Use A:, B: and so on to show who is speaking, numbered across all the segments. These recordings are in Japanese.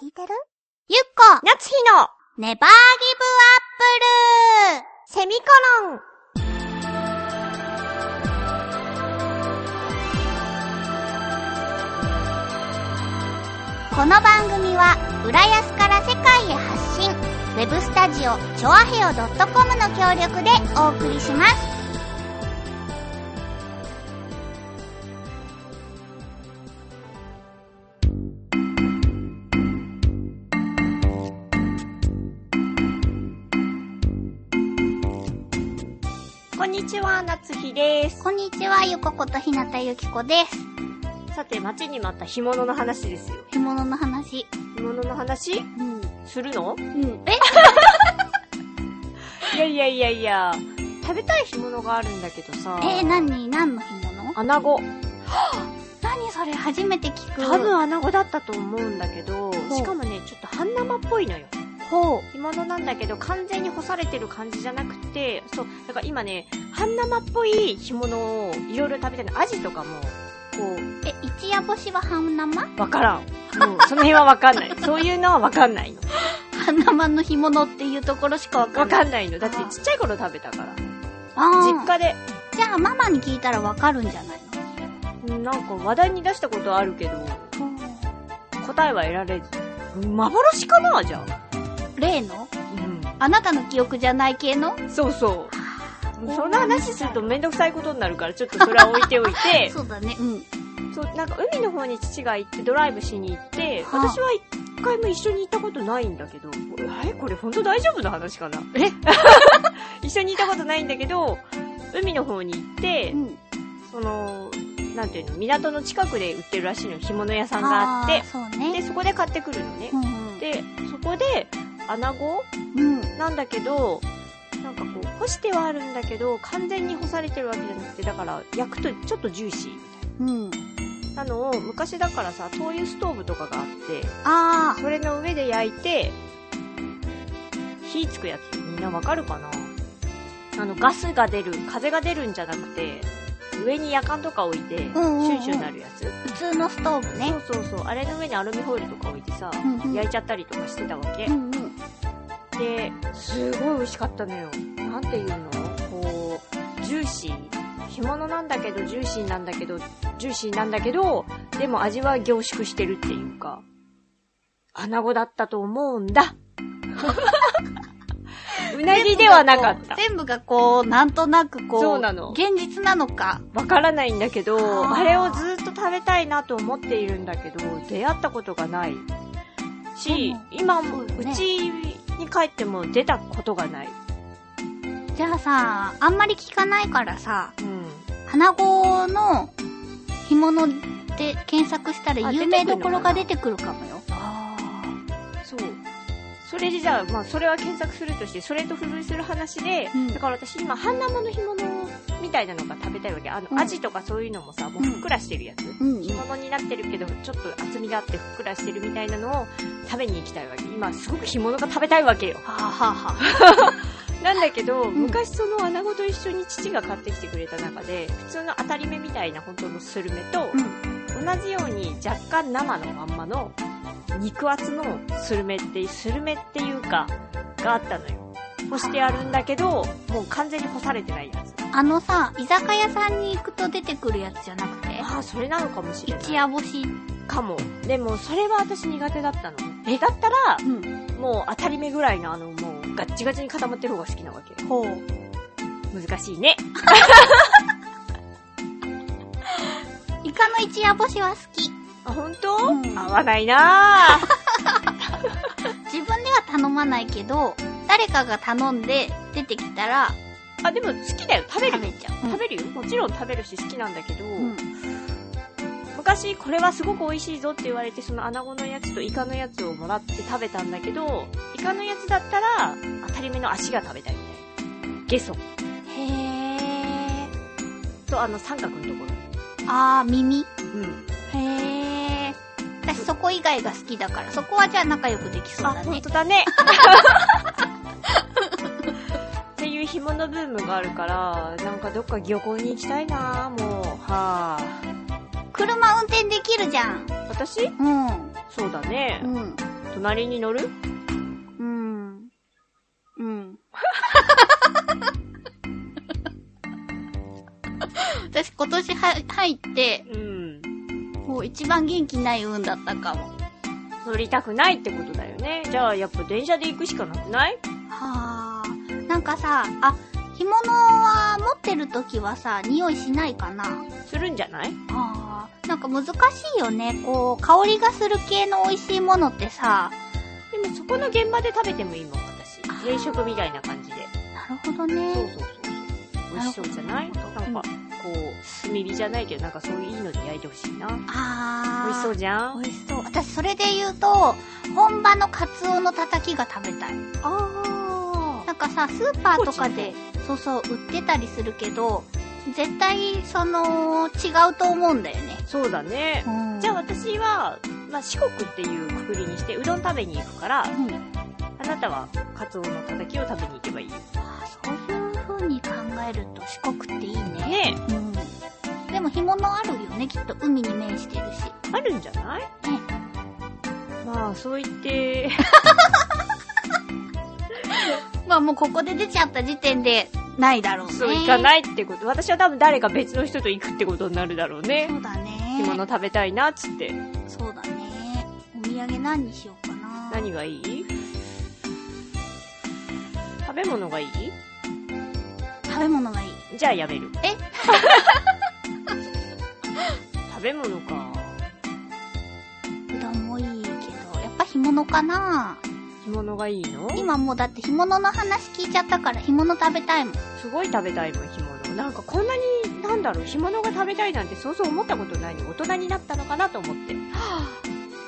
A: 聞いてるゆっこ
B: 夏日の
A: ネバーギブアップル
B: セミコロン
A: この番組は浦安から世界へ発信ウェブスタジオチョアヘオ .com の協力でお送りします
B: こんにちは、夏日です。
A: こんにちはゆこことひなたゆきこです
B: さて、待ちに待った干物の話ですよ。
A: 干物の話
B: 干物の話
A: うん
B: するの
A: うんえ
B: いやいやいやいや、食べたい干物があるんだけどさ、
A: えー、何何の干物
B: アナゴ。
A: 何それ初めて聞く
B: 多分アナゴだったと思うんだけど、
A: う
B: しかもね、ちょっと半生っぽいのよ。
A: ほう
B: 干物なんだけど、完全に干されてる感じじゃなくて、そう、だから今ね、半生っぽい干物をいろいろ食べたいの。アジとかも、こう、
A: え一夜干しは半生
B: わからん。もう、その辺はわかんない。 そういうのはわかんないの。
A: 半生の干物っていうところしかわか
B: わ
A: んない
B: かんないの。だってちっちゃい頃食べたから。
A: あー
B: 実家で、
A: じゃあママに聞いたらわかるんじゃない
B: うんなんか話題に出したことはあるけど、
A: の
B: 答えは得られず。幻かなじゃあ。
A: 例の
B: う
A: あなたの記憶じゃない系の
B: ん。そうそう。そんな話するとめんどくさいことになるから、ちょっとそれは置いておい て、
A: そうだね。うん。
B: そう、なんか海の方に父が行ってドライブしに行って、
A: はあ
B: 私は一回も一緒に行ったことないんだけど、え、これ本当大丈夫な話かな
A: え
B: 一緒に行ったことないんだけど、海の方に行って、
A: ん。
B: その、なんていうの、港の近くで売ってるらしいの、干物屋さんがあって
A: ー、そう
B: で、
A: ね。
B: そこで買ってくるのね
A: う。ん。
B: で、そこで、アナゴ
A: うん。
B: なんだけど、なんかこう、干してはあるんだけど、完全に干されてるわけじゃなくて、だから、焼くとちょっとジューシーみたい
A: うん。
B: な。なのを、昔だからさ、灯油ストーブとかがあって、
A: あ
B: それの上で焼いて、火つくやつ、みんなわかるかなあの、ガスが出る、風が出るんじゃなくて、上に夜間とか置いて、シ
A: んうんうん
B: ュンシュンなるやつ。
A: あ、普通のストーブね。
B: そうそうそう、あれの上にアルミホイルとか置いてさ、
A: うんうん。
B: 焼いちゃったりとかしてたわけ
A: う。んうん。
B: で、すごい美味しかったのよ。なんていうのこう、ジューシー。干物なんだけど、ジューシーなんだけど、ジューシーなんだけど、でも味は凝縮してるっていうか、アナゴだったと思うん だ。うなぎではなかった。
A: 全部がこう、なんとなくこう、
B: そうなの
A: 現実なのか。
B: わからないんだけど、
A: あー
B: あれをずっと食べたいなと思っているんだけど、出会ったことがない
A: で
B: し
A: も、
B: 今も
A: そう
B: う
A: だね
B: ちに帰っても出たことがない。
A: じゃあさ、あんまり聞かないからさ、
B: うん。
A: 花子の干物で検索したら
B: あ
A: 有名どころが
B: 出
A: 出てくるかもよ。
B: ああ、そう。それでじゃあ、まあ、それは検索するとして、それと付随する話で、
A: うん
B: だから私今、半生の干物みたいなのが食べたいわけ。あの、
A: うん
B: アジとかそういうのもさ、もうふっくらしてるやつ。
A: うんうん
B: 干物になってるけど、ちょっと厚みがあってふっくらしてるみたいなのを食べに行きたいわけ。今、すごく干物が食べたいわけよ。
A: はあ、はあは
B: なんだけど、
A: ん
B: 昔その穴子と一緒に父が買ってきてくれた中で、普通の当たり目みたいな本当のスルメと、
A: うん。
B: 同じように若干生のまんまの肉厚のスルメってスルメっていうかがあったのよ干してあるんだけどもう完全に干されてないやつ
A: あのさ、居酒屋さんに行くと出てくるやつじゃなくて、
B: ああそれなのかもしれ
A: 一
B: ない
A: 夜干し。
B: かもでもそれは私苦手だったのえだったら
A: うん。
B: もう当たり目ぐらいのあのもうガッチガチに固まってる方が好きなわけ
A: ほう。
B: 難しいね
A: イカの一夜干しは好き。
B: あ本当、
A: うん
B: 合わないなぁ
A: 自分では頼まないけど、誰かが頼んで出てきたら
B: あでも好きだよ食べる
A: 食べちゃう。
B: 食べるよもちろん食べるし好きなんだけど、
A: うん。
B: 昔これはすごく美味しいぞって言われてそのアナゴのやつとイカのやつをもらって食べたんだけどイカのやつだったら当たり目の足が食べたいみたいなゲソ
A: へー。
B: とあの三角のとこ
A: あー、耳。
B: ろうん
A: へー。私そこ以外が好きだから、そこはじゃあ仲良くできそう
B: あ
A: だ
B: 本
A: ね。
B: 当だねっていう干物ブームがあるからなんかどっか漁港に行きたいなもうはあ
A: 車運転できるじゃん。
B: 私
A: うん。
B: そうだね
A: うん。
B: 隣に乗る
A: うん。うん。私今年は入って、
B: うん。
A: もう一番元気ない運だったかも。は
B: 乗りたくないってことだよね。じゃあ、やっぱ電車で行くしかなくない
A: あ。なんかさ、あ、干物は持ってる時はさ、匂いしないかな。
B: するんじゃない
A: ああ。なんか難しいよね。こう、香りがする系の美味しいものってさ、
B: でも、そこの現場で食べてもいいもん、私
A: あ。ー
B: 冷食みたいな感じで。
A: なるほど
B: そうそう
A: ね。
B: そうそう。美味しそうじゃない
A: な
B: な
A: るほど
B: んか、こう、炭火じゃないけど、なんかそういういいので焼いてほしいな。
A: ああ。
B: 美味しそうじゃん
A: 美味しそう。私、それで言うと、本場のカツオのたたきが食べたい。
B: あ
A: なんかさ、スーパーとかで、そうそう、売ってたりするけど、絶対、その、違うと思うんだよね。
B: ー。そうだね。じゃあ、私は、まあ、四国っていうくくりにして、うどん食べに行くから、
A: うん、
B: あなたはカツオのたたきを食べに行けばいいよ。
A: あそういう風に考えると四国っていいね。
B: ね
A: うん。でも干物あるよね、きっと海に面してるし。
B: え、あるんじゃない
A: ね
B: まあ、そう言って、
A: まあもうここで出ちゃった時点で、ないだろうね。。
B: そう行かないいってこと。私は多分誰か別の人と行くってことになるだろうね。
A: そうだね。
B: 着物食べたいな、っつって。
A: そうだね。お土産何にしようかな。
B: 何がいい食べ物がいい
A: 食べ物がいい。
B: じゃあやめる。
A: え
B: 食べ物か。
A: うどんもいいけど、やっぱ干物かな
B: 着物がいいの
A: 今もうだって干物の話聞いちゃったから干物食べたいもん。
B: すごい食べたいもん、干物。なんかこんなに、なんだろう、干物が食べたいなんてそうそう思ったことないの。大人になったのかなと思って。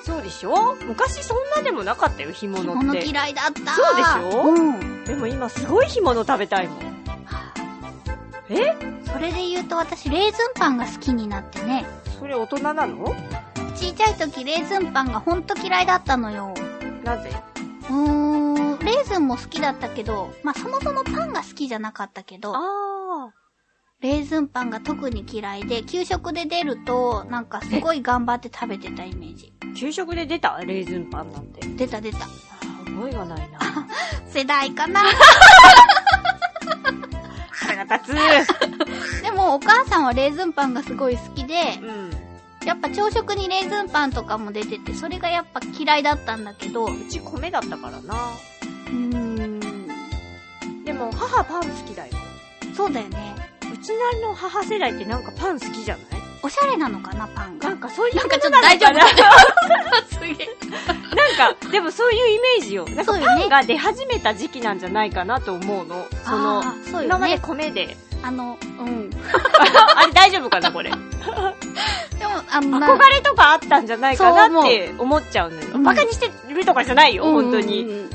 B: そうでしょ昔そんなでもなかったよ、
A: 干
B: 干物っ
A: 物
B: て。
A: 嫌いだった。
B: そうでしょ
A: うん。
B: でも今すごい干物食べたいもん。
A: それで言うと私レーズンパンが好きになってね。
B: それ大人なの
A: ちっちゃい時レーズンパンがほんと嫌いだったのよ。
B: なぜ
A: うーん、レーズンも好きだったけど、まあそもそもパンが好きじゃなかったけど、
B: あ
A: レーズンパンが特に嫌いで、給食で出ると、なんかすごい頑張って食べてたイメージ。
B: あ。給食で出たレーズンパンなんて。
A: 出た出た。
B: 思いがないな。
A: 世代かな。
B: 腹立つ。
A: でもお母さんはレーズンパンがすごい好きで、
B: うん。
A: やっぱ朝食にレーズンパンとかも出てて、それがやっぱ嫌いだったんだけど、う
B: うち米だったからな。
A: ーん、
B: でも母パン好きだよ。
A: そうだよね。
B: うちなりの母世代ってなんかパン好きじゃない
A: おしゃれなのかな、パン
B: な
A: が
B: ん。かそういう
A: なんかちょっと
B: ものなのかな
A: 大丈すげえ。
B: なんか、でもそういうイメージよ。なんか
A: そうよ
B: パ
A: ね
B: ンが出始めた時期なんじゃないかなと思うの。その、
A: あーそうよね
B: 今まで米で。
A: あの、うん。でも、
B: あれ大丈夫か なこれ。
A: あの、
B: 憧れとかあったんじゃないかなって思っちゃうの
A: う
B: よ。
A: ん
B: バカにしてるとかじゃないよ、本当に。
A: に。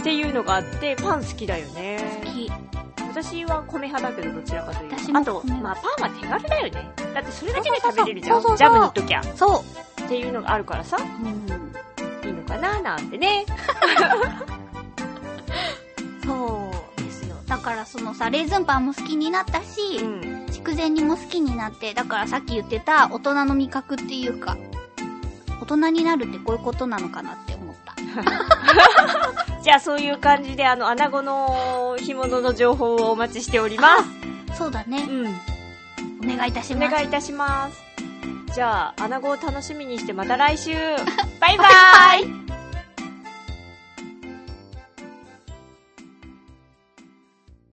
B: っていうのがあって、パン好きだよね。
A: き
B: 私は米派だけど、どちらかという
A: 私
B: と。
A: も
B: あと、
A: 米
B: まあパンは手軽だよね。だってそれだけで
A: そうそう
B: 食
A: そう
B: べれるじゃ
A: そうそ
B: ん。
A: うそう
B: ジャム塗っときゃ。
A: そ
B: っていうのがあるからさ、
A: う。うん。
B: いいのかななんてね。
A: そうですよ。だからそのさ、レーズンパンも好きになったし、
B: うん。
A: 筑前煮も好きになって、だからさっき言ってた大人の味覚っていうか、大人になるってこういうことなのかなって思った。
B: じゃあそういう感じで、あの、穴子の干物の情報をお待ちしております。
A: そうだね。
B: うん。
A: お願いいたし
B: お
A: ます。
B: 願いい たします。じゃあ、穴子を楽しみにしてまた来週バイバ
A: バイバ
B: イ
A: イ